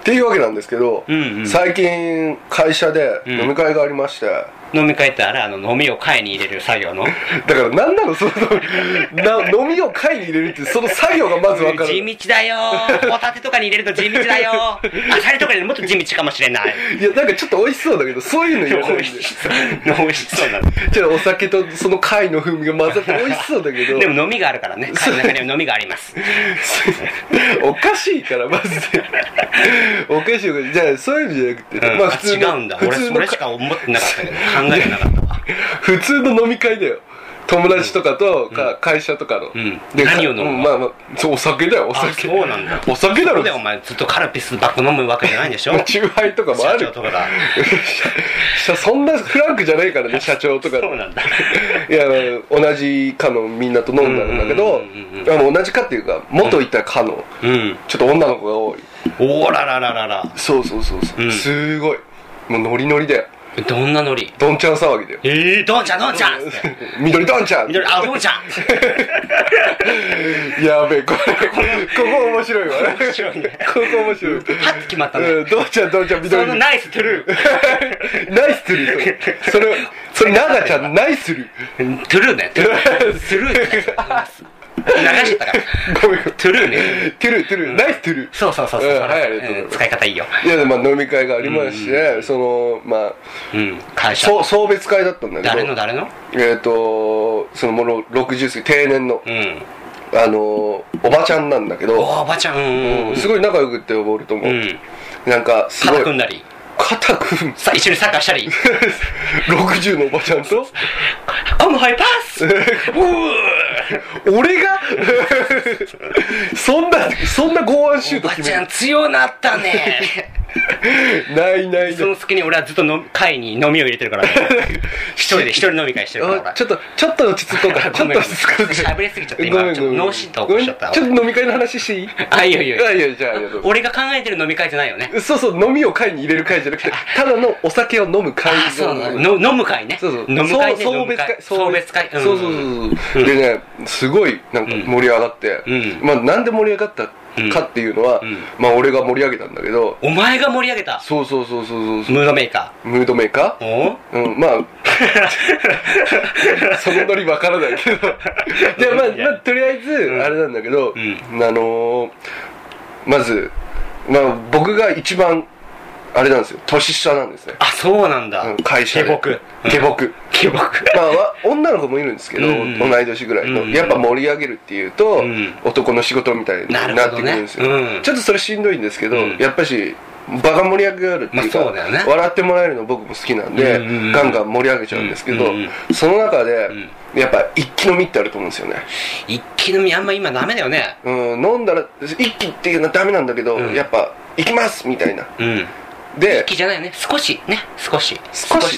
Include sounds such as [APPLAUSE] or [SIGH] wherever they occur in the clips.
っていうわけなんですけど、うんうん最近会社で飲み会がありまして、飲み会ってあれあの飲みを買いに入れる作業のだから何なのそのな飲みを会に入れるってその作業がまず分か地る道 [LAUGHS] だよーホタテとかに入れると地道だよーアサリとかに入れるともっと地道かもし [LAUGHS] れないいやなんかちょっと美味しそうだけどそういうのよ美味しそう美味しそうなのちょっとお酒とその貝の風味が混ざって美味しそうだけどでも飲みがあるからね貝の中には飲みがあります [LAUGHS] おかしいからマジでおかしいおかしいじゃあそういうのじゃなくて、うん、まああ普通違のうんだ普俺通そのれしか思ってなかったけど考えてなかったわ普通の飲み会だよ友達とかとか、会社とかの、んで何を飲むのうんまあまあ [LAUGHS] そうお酒だよお酒あそうなんだお酒だそろうだよお前ずっとカルピスばっか飲むわけじゃないんでしょチューハイとかもあ社る長とかだ社そんなフランクじゃない [LAUGHS] からね社長とかそうなんだいや同じ課のみんなと飲んだんだけどうんうんうんあの同じ課っていうか元いた課の、うんちょっと女の子が多いおーらららららそうそうそうそう、うんすごいもうノリノリだよどんなノリどんちゃん騒ぎだよえー、どんちゃんどんちゃんっつ [LAUGHS] って緑どんちゃん緑あどんちゃんやべえこれここ面白いわ [LAUGHS] 面白いねここ面白いはって決まったねうんどんちゃんどんちゃん緑そのナイストゥルナイスするそれそれ奈々ちゃんナイスするートゥルーねトゥルートゥルーって流しちゃったからごめんごめんトゥルーねトゥルートゥルーナイストゥルーそうそうそうそう、うんはいありがとうございますうん使い方いいよいやでもまあ飲み会がありまして、そのまあうん会社そう送別会だったんだけど誰の誰のえっ、とそのもの60過ぎ定年の、うんあのおばちゃんなんだけおど、おばちゃんうんうんすごい仲良くって俺とも、うんなんかすご肩い組んだり肩組むさ一緒にサッカーしたり [LAUGHS] 60のおばちゃんとこのハイパスうー俺が [LAUGHS] そんなそんな剛腕シューおトば決ちめゃん強なったねるないないそないの隙に俺はずっとの会に飲みを入れてるからね一人で一人飲み会してるからあちょっとちょっと落ち着こうか [LAUGHS] ごめんごめちょんっと落ち着こうかちょっと喋りすぎちゃった今ごめんごめんちょっと脳震盪起こしちゃったごめんちょっと飲み会の話していいあいいよいいよいやじゃあありがとう俺が考えてる飲み会じゃないよねそうそう飲みを会に入れる会じゃなくてただのお酒を飲む会あそうなのの飲む会ねそうそう飲む会ねそう飲送む別会会送別会そうそううそうそうでねすごいなんか盛り上がって、うんまあなんで盛り上がったかっていうのは、うんまあ俺が盛り上げたんだけどお前が盛り上げたそうそうそうそうそうムードメーカムードメーカーおーうんまあ [LAUGHS] そのノリわからないけ [LAUGHS] どじゃあまいやあ、まあ、とりあえずあれなんだけど、うんあのーまずまあ僕が一番あれなんですよ年下なんですねあそうなんだうん会社で下僕下僕下僕まあわ、女の子もいるんですけど、うん同い年ぐらいの、うんやっぱ盛り上げるっていうと、うん男の仕事みたいにななってくるほどるんねですよ、うんちょっとそれしんどいんですけど、うんやっぱし場が盛り上がるっていうか、まあそうだよね笑ってもらえるの僕も好きなんで、うんうんうんガンガン盛り上げちゃうんですけど、うんうんその中で、うやっぱ一気飲みってあると思うんですよね、一気飲みあんま今ダメだよねうん、飲んだら一気っていうのはダメなんだけど、うんやっぱ行きますみたいなうんで一気じゃないよね少しね少し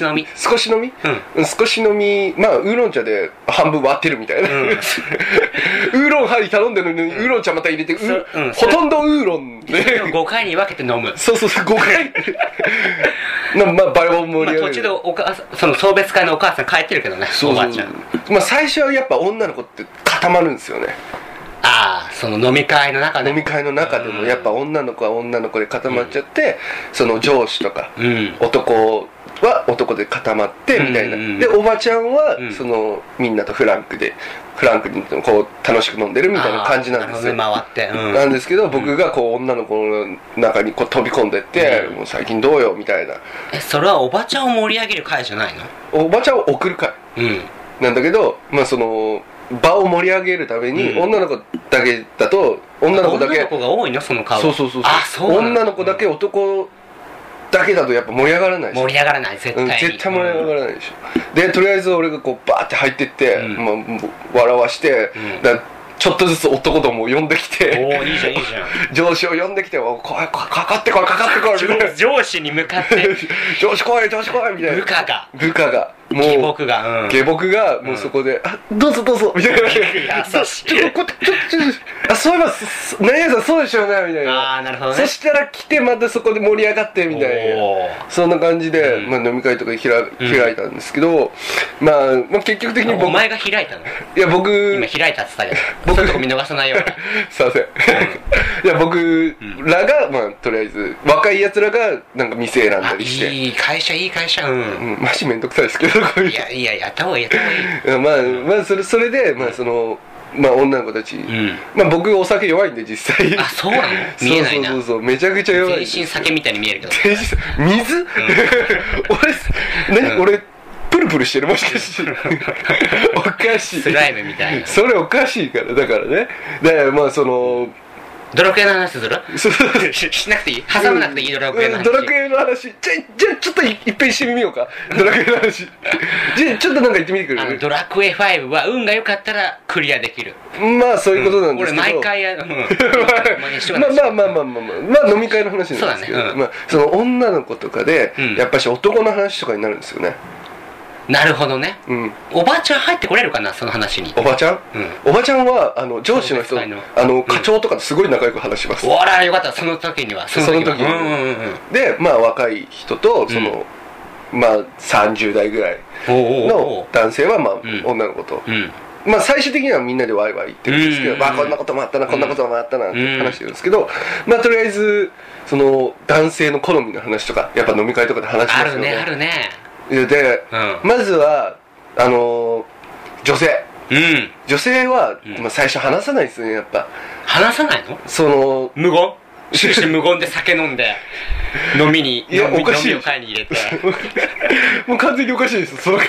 飲み少し飲み、うん、少し飲みまあウーロン茶で半分割ってるみたいな、 [LAUGHS] うウんーロンハリ頼んでるのに、ウーロン茶また入れて、うそううんほとんどウーロンで、 5回に分けて飲むそうそうそう、5回。 [LAUGHS] なまあ、バイオ盛まあり上途が中るで。お母さんその送別会のお母さん帰ってるけどねそおうばそあうちゃんまあ最初はやっぱ女の子って固まるんですよねああその飲み会の中で飲み会の中でもやっぱ女の子は女の子で固まっちゃって、その上司とか、うん男は男で固まってみたいな、うんうんうんでおばちゃんはうんそのみんなとフランクでフランクにこう楽しく飲んでるみたいな感じなんですよああなるほどね回なってんですけど僕がこう女の子の中にこう飛び込んでって「うもう最近どうよ」みたいなうんえそれはおばちゃんを盛り上げる会じゃないのおばちゃんを送る会うんなんだけどまあその場を盛り上げるためにうん女の子だけだと女の子だ女のけ子が多いのその顔そうそうそうあそうなんだ女の子だけ男だけだとやっぱ盛り上がらないし盛り上がらない絶う対んに絶対盛り上がららないでしょでとりあえず俺がこうバーって入ってって、うんまあもう笑わして、うんだちょっとずつ男どもを呼んできておおいいじゃんいいじゃん上司を呼んできて「おい来いかかかってこいかかってこい」みたいな [LAUGHS] 上上司に向かって上司来い上司来いみたい部な下が部下がもう下僕がうん下僕がもうそこで「あどうぞどうぞ」みたいな [LAUGHS] 優しいちょっとこちょっとちょっとあそういえばそ何々さんそうでしょうね」みたいなああなるほどそねしたら来てまたそこで盛り上がってみたいなおーそんな感じで、うんまあ、飲み会とか開開いたんですけど、まあ、まあ結局的に僕お前が開いたのいや僕今開いたって [LAUGHS] 言ったけ僕どそういうとこ見逃 [LAUGHS] さないようなすいません、 [LAUGHS] いや僕らが、まあ、とりあえず若いやつらがなんか店選んだありしていい会社いい会社ううんん、マジめんどくさいですけどこういういやいややった方がいいやった方がいういんまあまあそれそれでまあそのまあ女の子たち、んまあ僕お酒弱いんで実際あそうなの見えないなそうそうそうそうめちゃくちゃ弱いん全です身酒みたいに見えるけど全身水、俺何、うん俺プルプルしてるもしかしておかしいスライムみたい [LAUGHS] なそれおかしいからだからねだからまあそのドラクエの話する [LAUGHS] そうししなくていい挟まなくていいドラクエのうん話ドラクエの話じゃじゃあちょっといいっぺんしてみようかドラクエの話じゃあちょっとなんか言ってみてくれあのるドラクエ5は運が良かったらクリアできるまあそういうことなんです俺けど、毎 [LAUGHS] 回やる、うん、まあまあまあまあまあまあ、まあ、飲み会の話なんですけど、そうだねうんまあ、その女の子とかで、うんやっぱし男の話とかになるんですよねなるほどねうんおばあちゃん入ってこれるかなその話におばちゃん、おばちゃんはあの上司の人送別会のあの課長とかとすごい仲良く話します、おらよかったその時にはそそのの時時はうんうんうんでまあ若い人とその、まあ30代ぐらいおうおうおのう男性はまあ、ん女の子と、うんまあ最終的にはみんなでワイワイ言ってるんですけど、うんまあこんなこともあったなこんなこともあったなって話してるんですけど、まあとりあえずその男性の好みの話とかやっぱ飲み会とかで話しあまするよねねあるねで、うまずはあのー女性うん女性は、うんまあ、最初話さないですよねやっぱ話さないのその無言終始無言で酒飲 [LAUGHS] んで飲みにいや飲おみかしい飲みを買いに入れて [LAUGHS] もう完全におかしいですその回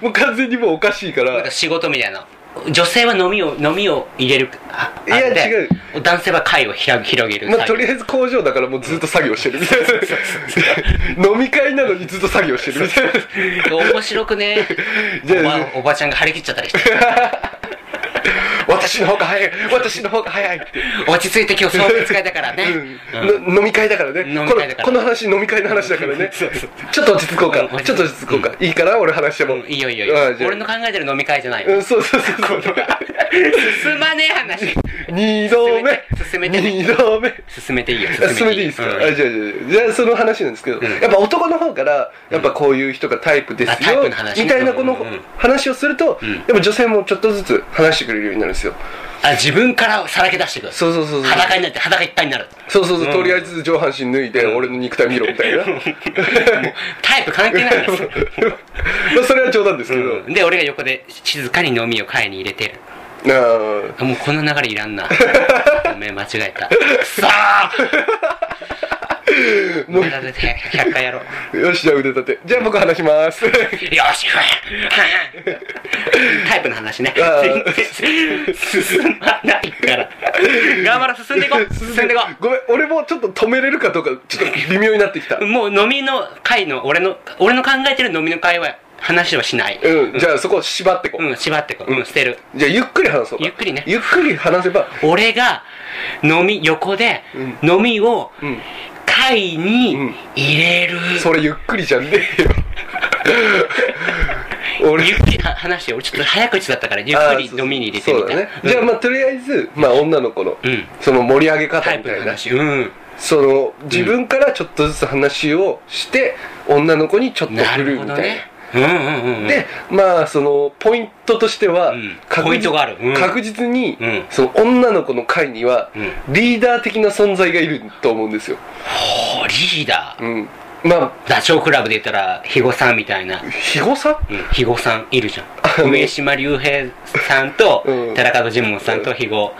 もう完全にもうおかしいかなんらか仕事みたいな女性は飲みを飲みを入れるあいやあって違男性は会をひら広げるまあ、とりああえず工場だからもうずっと作業してるみたいな飲み会なのにずっと作業してるみたいなえず面白くね [LAUGHS] じゃあおばおばちゃんが張り切っちゃったりして私の方が早い私の方が早いって落ち着いて今日送別会だからね、うんうんの飲み会だからね飲み会だからこのこの話飲み会の話だからねちょっと落ち着こうか、うんちょっと落ち着こうか、いいから俺話しても、うんいいよいいよいいよあじゃあ俺の考えてる飲み会じゃないよ、うんそうそうそうそう [LAUGHS] 進まねえ話二度目進めてね二度目進めていいよあ進めていいですか、うんあじゃあじゃあじゃあその話なんですけど、んやっぱ男の方からやっぱこういう人がタイプであすタよ、みイプの話ねたいなこのうんうんうん話をすると、んやっぱ女性もちょっとずつ話してくれるようになるんですよあ自分からさらけ出してくるそうそうそうそう裸になって裸いっぱいになるそうそうそう、うんとりあえず上半身脱いで俺の肉体見ろみたいな、 [LAUGHS] タイプ関係ないんですよまあそれは冗談ですけど、うんで俺が横で静かに飲みを買いに入れてるなああもうこの流れいらんなごめん間違えたくそーもうだって100回やろうよしじゃあ腕立てじゃあ僕話しますよしふわタイプの話ねあ進まないから頑張ろう進んでいこう進んでいこごめん俺もちょっと止めれるかどうかちょっと微妙になってきたうもう飲みの会の俺の俺の考えてる飲みの会は話はしないうんじゃあそこを縛ってこう、うん縛ってこううん捨てるじゃあゆっくり話そうかゆっくりねゆっくり話せば俺が飲み横で飲みをうん会に入れる、それゆっくりじゃねえよ俺ゆっくりは話してよ俺ちょっと早口だったからゆっくり飲みに入れてみたあーそうそうそうだね、いじゃあまあとりあえず、まあ、女の子の、うんその盛り上げタ方イみプたのいな話うんその自分からちょっとずつ話をして、女の子にちょっとな振るるほみどたいなねうんうんうんうんでまあそのポイントとしては、ん確実ポイントがあるうん確実に、うんその女の子の会には、うリーダー的な存在がいると思うんですよ、おリーダーうん、まあダチョウ倶楽部で言ったら肥後さんみたいな肥後さんうん肥後さんいるじゃのん上島竜兵さんとうん田中藤門さんと肥後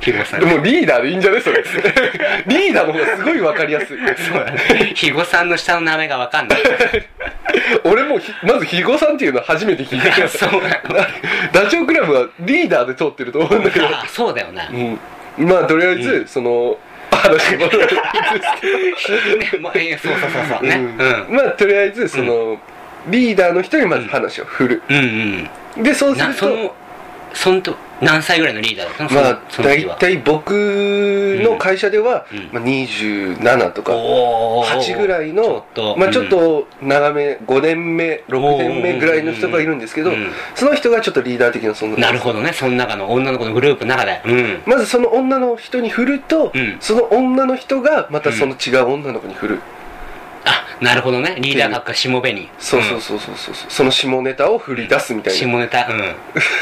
肥後さんでもリーダーでいいんじゃないそれ [LAUGHS] リーダーの方がすごいわかりやすいそうだね肥後さんの下の名前がわかんない [LAUGHS] 俺もひまず肥後さんっていうのは初めて聞いた [LAUGHS] そうなのダチョウ倶楽部はリーダーで通ってると思うんだけど、あそうだよなうん、まあとりあえず、その話が [LAUGHS] 戻るねまあえーそうそうそうそうねうんまあとりあえずその、リーダーの人にまず話を振る、うんうんでそうすなるそとのそんと何歳ぐらいのリーダーだったのそのまあその大時は体僕の会社では、うんまあ、27とかおー8ぐらいちょっのとまあ、ちょっうんと長め5年目6年目ぐらいの人がいるんですけど、うんうんうんその人がちょっとリーダー的な存在なるほどねその中の女の子のグループの中でうんまずその女の人に振ると、うんその女の人がまたその違う女の子に振る、あなるほどねリーダー格が下辺にそうそうそうそうそう、その下ネタを振り出すみたいな、い下ネタ [LAUGHS] うん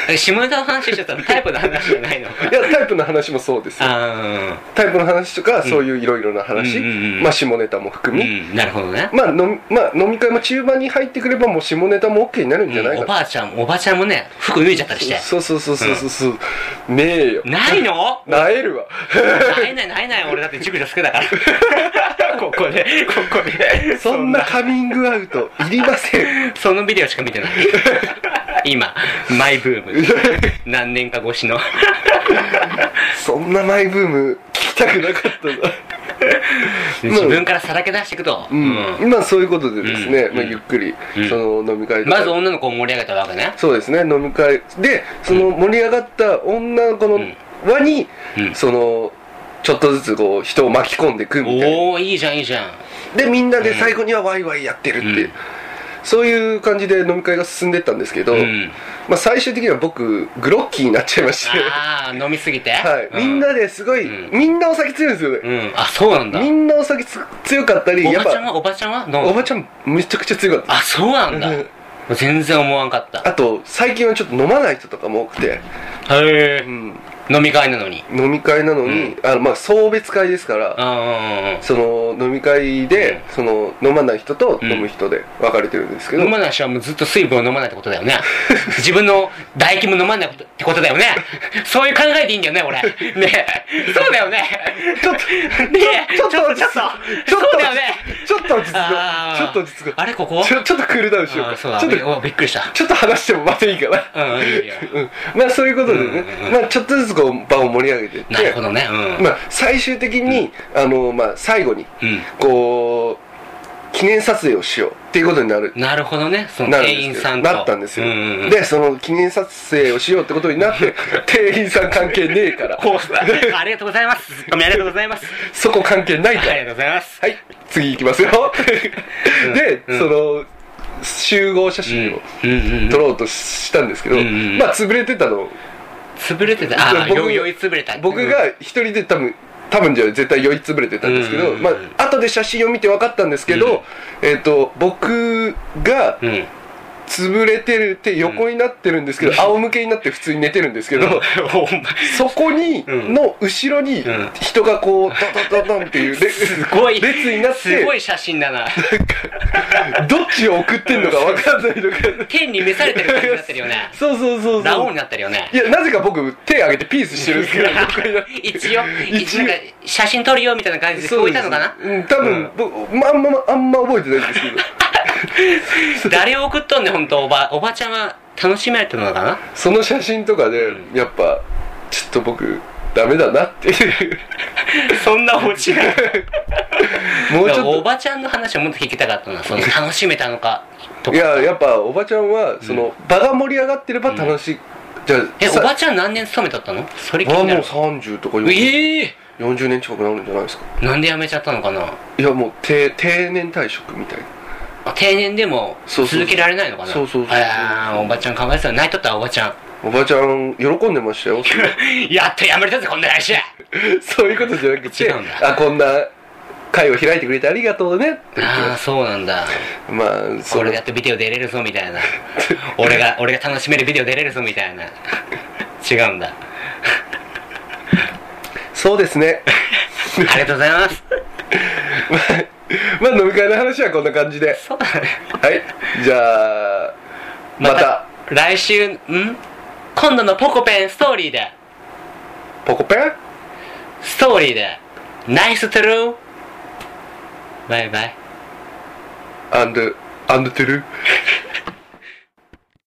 え下ネタの話しちゃったらタイプの話じゃないのやタイプの話もそうですよあタイプの話とか、そういういろいろな話、うんうんうんまあ、下ネタも含ーうみ、んなるほどねまあのまあ、飲み会も中盤に入ってくればもう下ネタも OK になるんじゃないうんおかな、ばあちゃんおばあちゃんもね服脱いじゃったりしてそうそうそうそうそうそう、ねえよない [LAUGHS] のなえ [LAUGHS] るわないないないない俺だって塾女好きだ [LAUGHS] からここでここでそんなカミングアウトいりませんそのビデオしか見 [LAUGHS] てない今マイブーム何年か越 [LAUGHS] しのそんなマイブーム聞きたくなかったな自分からさらけ出していくと、うんうんまあそういうことでですね、うんまあ、ゆっくり、うんその飲み会とかまず女の子を盛り上げたわけねそうですね飲み会でその盛り上がった女の子のん輪に、うんそのちょっとずつこう人を巻き込んでいくみたいなおおいいじゃんいいじゃんでみんなで最後にはワイワイやってるっていう、うんそういう感じで飲み会が進んでったんですけど、うんまあ、最終的には僕グロッキーになっちゃいまして、ああ飲みすぎ [LAUGHS] て、はい、みんなですごい、うみんなお酒強いんですようね、んあそうなんだみんなお酒つ強かったりおやばっちゃんぱはおばちゃんは飲むおばちゃんめちゃくちゃ強かったあそうなんだうん全然思わんかったあと最近はちょっと飲まない人とかも多くて、へえうん飲み会なのに飲み会なのに、あのまあ送別会ですからあその飲み会で、その飲まない人と飲む人で分かれてるんですけあど、飲まない人はもうずっと水分を飲まないってことだよ [LAUGHS] ね自分の唾液も飲まないことってことだよねそういう考えでいいんだよ [LAUGHS] ね俺ねえそうだよねちょっとねえちょっとちょっとちょっとそうだよねちょっと落ち着こうあーちょっと落ち着こうあれここちょちょっとクールダウンしようあかーそうだちょっとびおびっくりしたちょっと話してもまたいいかなうんいいよいいようんまあそういうことでね、うんうんうんまあ、ちょっとずつこう場を盛り上げていってなるほどねうん、まあ、最終的に、あのまあ、最後にうんこう記念撮影をしようっていうことになるなるほどねそのなる店ん員ですけさどんとなったんですよ、ううんうんでその記念撮影をしようってことにな [LAUGHS] って店員さん関係ねえからコースだ [LAUGHS] ありがとうございますツッコミありがとうございますそこ関係ないかありらがとうございますはい次行きますよで、うんその集合写真をうんうんうん撮ろうとしたんですけど、うんうんまあ潰れてたの潰れてたあ [LAUGHS] 僕よ酔い潰れた僕が一人で多分多分じゃない絶対酔いつぶれてたんですけど、うんまあ後で写真を見て分かったんですけど、えっ、と僕がうんうん潰れてるって横になってるんですけど、仰向けになって普通に寝てるんですけど、お前そこに、うんの後ろにうん人がこうドドドドンって [LAUGHS] いうれすごい列になってすごい写真だなどっちを送ってんのか分かんないのか天に召されてる感じになってるよねそうそうそうラオそウうになってるよねいやなぜか僕手挙げてピースしてるんですけど横になって一応一一応応なんか写真撮るよみたいな感じでこういたのかなそうですうん多分、僕まあんまあんま覚えてないんです [LAUGHS] けど誰を送っとんねん本当おばおばちゃんは楽しめてるのかなその写真とかでやっぱちょっと僕ダメだなっていうそんなオチがもうちょおっとばちゃんの話をもっと聞きたかったなその楽しめたのかといかややっぱおばちゃんはその、場が盛り上がってれば楽しい、じゃあえおさばちゃん何年勤めとったのそれ気あになもうる30とか40ええ40年近くなるんじゃないですかなんで辞めちゃったのかないやもう定定年退職みたいなあ定年でもそうそう続けられないのかなそうそうそうああおばちゃん考えてた泣いとったおばちゃん [LAUGHS] おばちゃん喜んでましたよやっと辞めれたぜこんな [LAUGHS] 来週そういうことじゃなくて違うんだあこんな会を開いてくれてありがとうねって言ってああそうなんだまあそこれれでやってビデオ出れるぞみたいな [LAUGHS] 俺が俺が楽しめるビデオ出れるぞみたいな違 [LAUGHS] うんだそうですねありがとうございます [LAUGHS] まあ飲み会の話はこんな感じでそうだねはいじゃあまた来週ん今度のポコペンストーリーでポコペンストーリーでナイストゥルーバイバイアンドアンドトゥルー